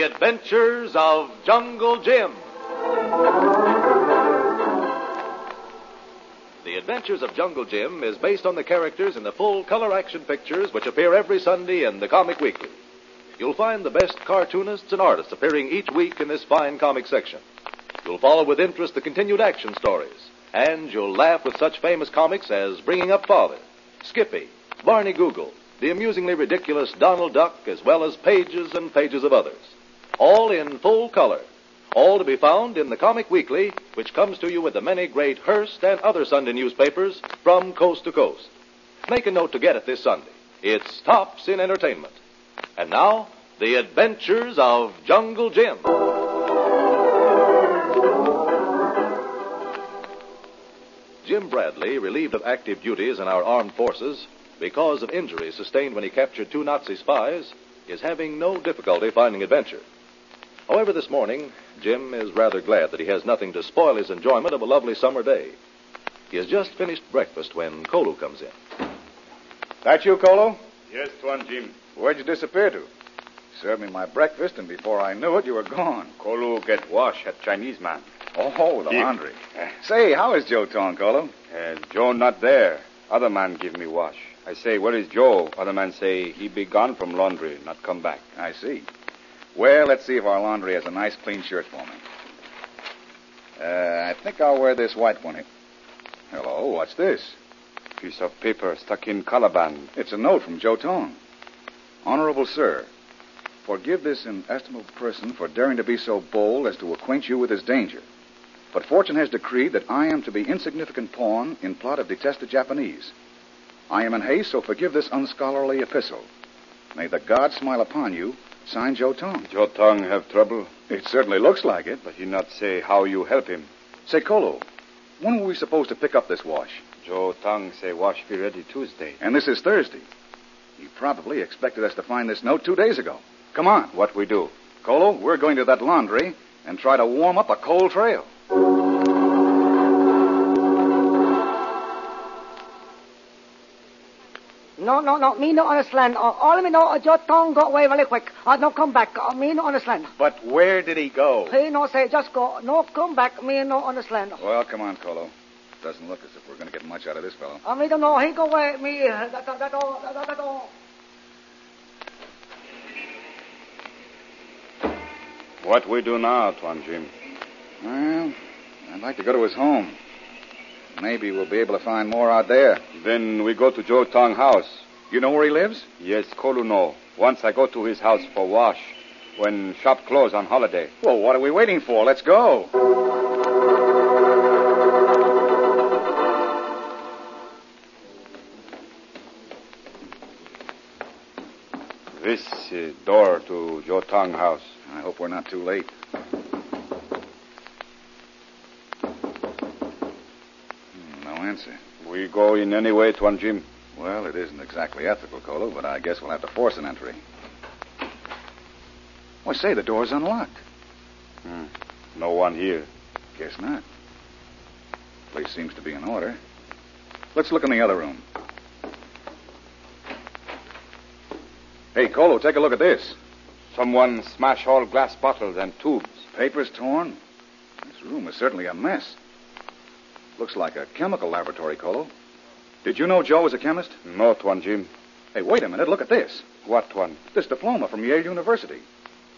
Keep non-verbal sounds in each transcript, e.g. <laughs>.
Adventures of Jungle Jim. The Adventures of Jungle Jim is based on the characters in the full color action pictures which appear every Sunday in the Comic Weekly. You'll find the best cartoonists and artists appearing each week in this fine comic section. You'll follow with interest the continued action stories, and you'll laugh with such famous comics as Bringing Up Father, Skippy, Barney Google, the amusingly ridiculous Donald Duck, as well as pages and pages of others. All in full color. All to be found in the Comic Weekly, which comes to you with the many great Hearst and other Sunday newspapers from coast to coast. Make a note to get it this Sunday. It's tops in entertainment. And now, the adventures of Jungle Jim. Jim Bradley, relieved of active duties in our armed forces because of injuries sustained when he captured two Nazi spies, is having no difficulty finding adventure. However, this morning, Jim is rather glad that he has nothing to spoil his enjoyment of a lovely summer day. He has just finished breakfast when Kolu comes in. That you, Colo? Yes, Tuan Jim. Where'd you disappear to? Served me my breakfast, and before I knew it, you were gone. Kolu get wash at Chinese man. Oh, the Jim. laundry. Say, how is Joe Tong, Colo? Uh, Joe not there. Other man give me wash. I say, where is Joe? Other man say, he be gone from laundry, not come back. I see. Well, let's see if our laundry has a nice clean shirt for me. Uh, I think I'll wear this white one here. Hello, what's this? Piece of paper stuck in collar band. It's a note from Joe Tong. Honorable sir, forgive this inestimable person for daring to be so bold as to acquaint you with his danger. But fortune has decreed that I am to be insignificant pawn in plot of detested Japanese. I am in haste, so forgive this unscholarly epistle. May the God smile upon you. Signed, Joe Tong. Joe Tong have trouble, It certainly looks like it. but he not say how you help him. Say, Colo, when were we supposed to pick up this wash? Joe Tong say wash be ready Tuesday. And this is Thursday. He probably expected us to find this note two days ago. Come on. What we do? Colo, we're going to that laundry and try to warm up a cold trail. No, no, no, me no understand. Uh, all me know, uh, your tongue go away really quick. Uh, no come back. Uh, me no understand. But where did he go? He no say just go. No come back. Me no understand. Well, come on, Colo. Doesn't look as if we're going to get much out of this fellow. Uh, me don't know. He go away. Me uh, that that that all that, that, that all. What we do now, Tuan Jim? Well, I'd like to go to his home. Maybe we'll be able to find more out there. Then we go to Joe Tong house. You know where he lives? Yes, Kolu know. Once I go to his house for wash when shop close on holiday. Well, what are we waiting for? Let's go. This uh, door to Joe Tong house. I hope we're not too late. Hmm, No answer. We go in any way, Tuan Jim. Well, it isn't exactly ethical, Colo, but I guess we'll have to force an entry. Well, say, the door's unlocked. Hmm, No one here. Guess not. Place seems to be in order. Let's look in the other room. Hey, Colo, take a look at this. Someone smash all glass bottles and tubes. Paper's torn. This room is certainly a mess. Looks like a chemical laboratory, Colo. Did you know Joe was a chemist? No, Tuan Jim. Hey, wait a minute. Look at this. What one? This diploma from Yale University.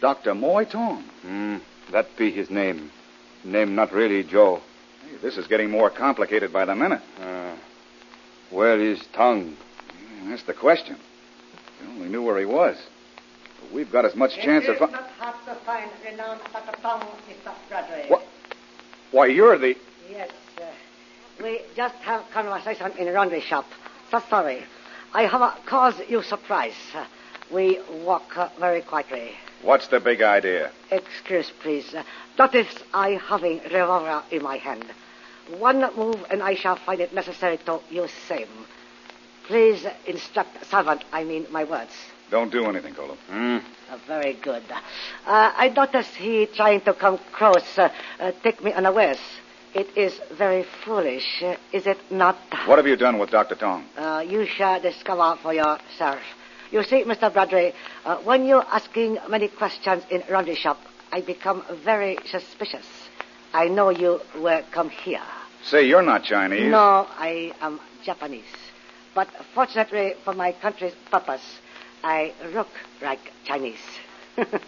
Dr. Moy Tong. Hmm, that be his name. Name not really Joe. Hey, this is getting more complicated by the minute. Uh, where is Tong? Yeah, Hmm, that's the question. We only knew where he was. But we've got as much chance of. fi- not hard to find renowned Dr. Tom, Mr. Bradley. What? Why, you're the. Yes. Uh, we just have conversation in laundry shop. So sorry. I have uh, caused you surprise. Uh, we walk uh, very quietly. What's the big idea? Excuse, please. Uh, That is, I having revolver in my hand. One move, and I shall find it necessary to use same. Please instruct servant. I mean my words. Don't do anything, Colo. Hmm, Uh, very good. Uh, I notice he trying to come close, uh, uh, take me unawares. It is very foolish, uh, is it not? What have you done with Dr. Tong? Uh, you shall discover for yourself. You see, Mr. Bradley, uh, when you're asking many questions in Romney shop, I become very suspicious. I know you were come here. Say, you're not Chinese. No, I am Japanese. But fortunately for my country's purpose, I look like Chinese.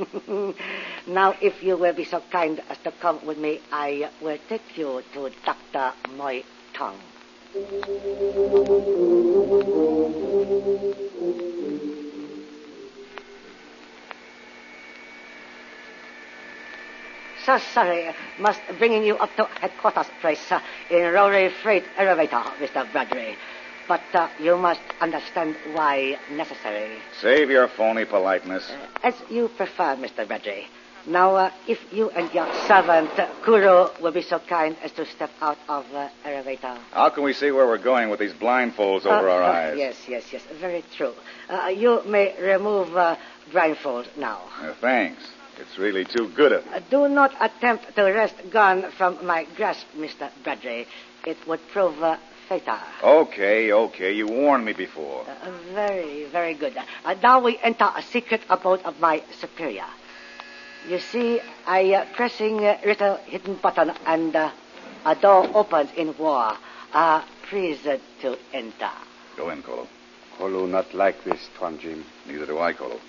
<laughs> now, if you will be so kind as to come with me, I will take you to Dr. Moi Tong. So sorry, must bringing you up to headquarters place uh, in Rory Freight Elevator, Mr. Bradley. But uh, you must understand why necessary. Save your phony politeness. As you prefer, Mr. Bradley. Now, uh, if you and your servant, uh, Kuro, will be so kind as to step out of uh, elevator. How can we see where we're going with these blindfolds over Uh, our uh, eyes? Yes, yes, yes. Very true. Uh, you may remove uh, blindfold now. Uh, thanks. It's really too good of you. Uh, do not attempt to wrest gun from my grasp, Mr. Bradley. It would prove uh, fatal. Okay, okay. You warned me before. Uh, very, very good. Uh, now we enter a secret abode of my superior. You see, I uh, pressing a little hidden button and uh, a door opens in war. Uh, please uh, to enter. Go in, Kolo. Kolo not like this, Tuan Jim. Neither do I, Kolo.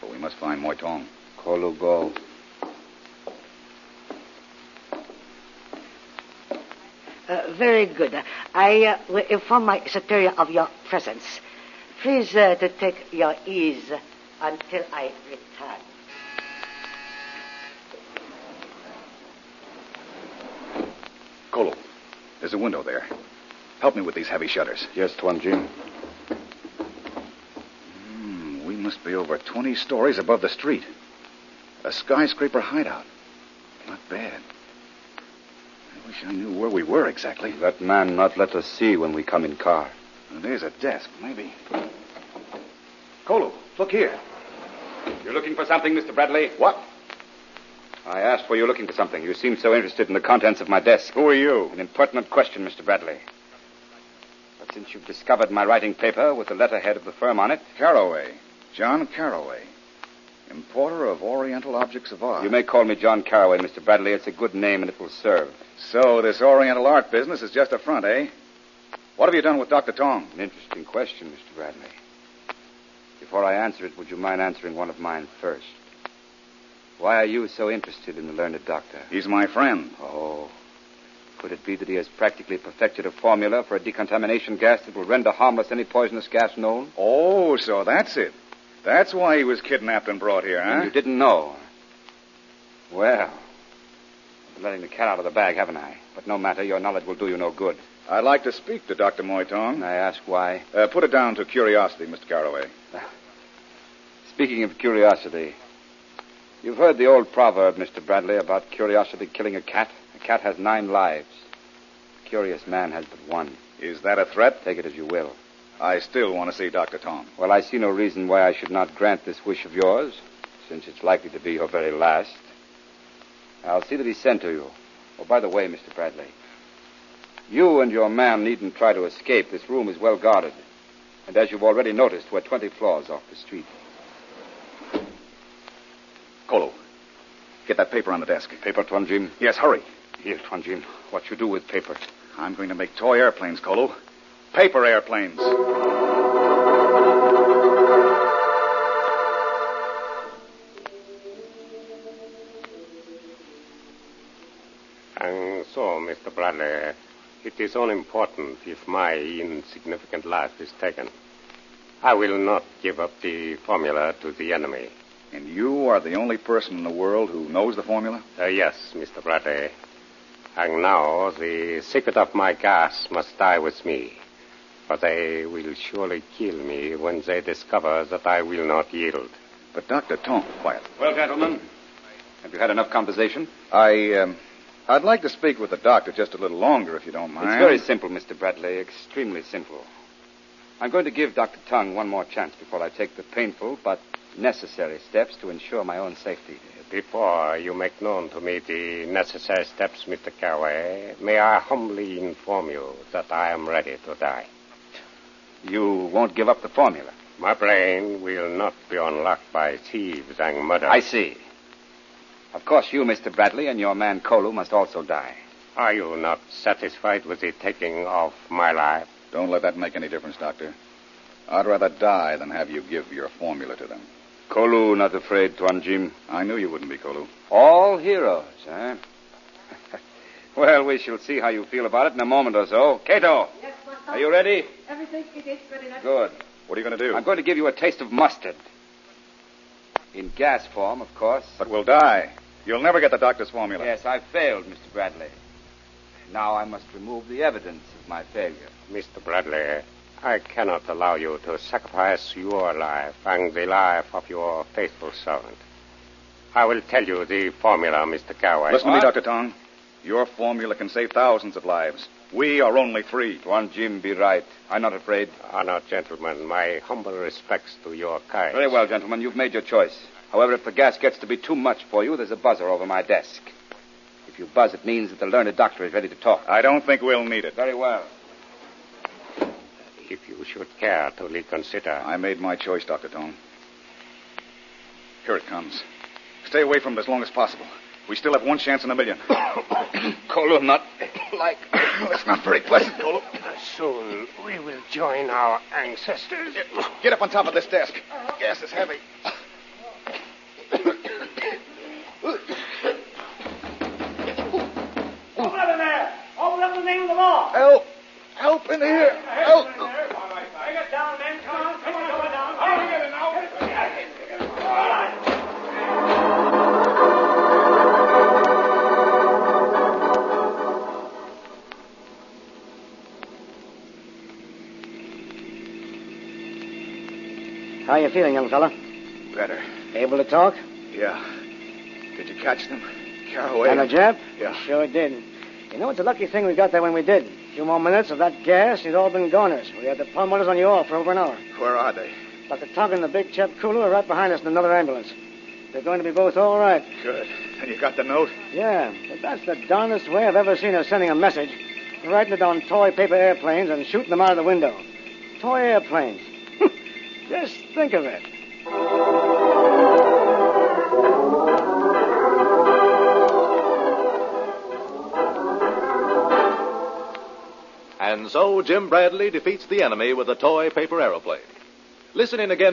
But we must find Moi Tong. Kolo go. Uh, very good. I uh, will inform my superior of your presence. Please uh, to take your ease until I return. Kolo, there's a window there. Help me with these heavy shutters. Yes, Tuan Jim. Hmm, we must be over 20 stories above the street. A skyscraper hideout. Not bad. I wish I knew where we were exactly. That man not let us see when we come in car. There's a desk, maybe. Kolo, look here. You're looking for something, Mr. Bradley? What? I asked were you looking for something. You seem so interested in the contents of my desk. Who are you? An impertinent question, Mr. Bradley. But since you've discovered my writing paper with the letterhead of the firm on it, Caraway. John Caraway. Importer of Oriental Objects of Art. you may call me John Carraway, Mr. Bradley. It's a good name and it will serve. So this Oriental art business is just a front, eh? What have you done with Dr. Tong? An interesting question, Mr. Bradley. Before I answer it, would you mind answering one of mine first? Why are you so interested in the learned doctor? He's my friend. Oh. Could it be that he has practically perfected a formula for a decontamination gas that will render harmless any poisonous gas known? Oh, so that's it. That's why he was kidnapped and brought here, And huh? you didn't know. Well, I've been letting the cat out of the bag, haven't I? But no matter, your knowledge will do you no good. I'd like to speak to Dr. Moy Tong. And I ask why. Uh, put it down to curiosity, Mr. Caraway. Speaking of curiosity, you've heard the old proverb, Mr. Bradley, about curiosity killing a cat. A cat has nine lives. A curious man has but one. Is that a threat? Take it as you will. I still want to see Dr. Tong. Well, I see no reason why I should not grant this wish of yours, since it's likely to be your very last. I'll see that he's sent to you. Oh, by the way, Mr. Bradley, you and your man needn't try to escape. This room is well guarded. And as you've already noticed, we're 20 floors off the street. Kolo, get that paper on the desk. Paper, Tuan Jim. Yes, hurry. Here, Tuan Jim. What you do with paper? I'm going to make toy airplanes, Kolo. Paper airplanes. And so, Mr. Bradley, it is unimportant if my insignificant life is taken. I will not give up the formula to the enemy. And you are the only person in the world who knows the formula? Uh, yes, Mr. Bradley. And now the secret of my gas must die with me, for they will surely kill me when they discover that I will not yield. But Dr. Tong, quiet. Well, gentlemen, have you had enough conversation? I, um, I'd like to speak with the doctor just a little longer, if you don't mind. It's very simple, Mr. Bradley, extremely simple. I'm going to give Dr. Tung one more chance before I take the painful but necessary steps to ensure my own safety. Before you make known to me the necessary steps, Mr. Carraway, may I humbly inform you that I am ready to die. You won't give up the formula. My brain will not be unlocked by thieves and murder. I see. Of course, you, Mr. Bradley, and your man Kolu must also die. Are you not satisfied with the taking of my life? Don't let that make any difference, Doctor. I'd rather die than have you give your formula to them. Kolu not afraid, Tuan Jim. I knew you wouldn't be, Kolu. All heroes, eh? <laughs> well, we shall see how you feel about it in a moment or so. Cato, Yes, Master. are you ready? Everything it is good enough. Good. What are you going to do? I'm going to give you a taste of mustard. In gas form, of course. But we'll die. You'll never get the doctor's formula. Yes, I failed, Mr. Bradley. Now I must remove the evidence of my failure. Mr. Bradley, I cannot allow you to sacrifice your life and the life of your faithful servant. I will tell you the formula, Mr. Coward. Listen to me, What? Dr. Tong. Your formula can save thousands of lives. We are only three. Tuan Jim be right. I'm not afraid. Honored gentlemen, my humble respects to your courage. Very well, gentlemen. You've made your choice. However, if the gas gets to be too much for you, there's a buzzer over my desk. If you buzz, it means that the learned doctor is ready to talk. I don't think we'll need it. Very well. If you should care to reconsider. I made my choice, Dr. Tong. Here it comes. Stay away from it as long as possible. We still have one chance in a <coughs> million. Kolo not like. <coughs> That's not very pleasant, Kolo. Soon we will join our ancestors. Get up on top of this desk. Gas is heavy. Open up in there! Open up in the name of the law! Help! Help in here! Help! Bring it down, men. Come on, come on, come on down. Come on, get it now. How you feeling, young fella? Better. Able to talk? Yeah. Did you catch them? Caraway. And a Jap? Yeah. Sure did. You know, it's a lucky thing we got there when we did. A few more minutes of that gas, you'd all been goners. We had the palm motors on you all for over an hour. Where are they? Dr. Tog and the big chap Kulu are right behind us in another ambulance. They're going to be both all right. Good. And you got the note? Yeah, but that's the darnest way I've ever seen of sending a message. Writing it on toy paper airplanes and shooting them out of the window. Toy airplanes. <laughs> Just think of it. And so Jim Bradley defeats the enemy with a toy paper aeroplane. Listen in again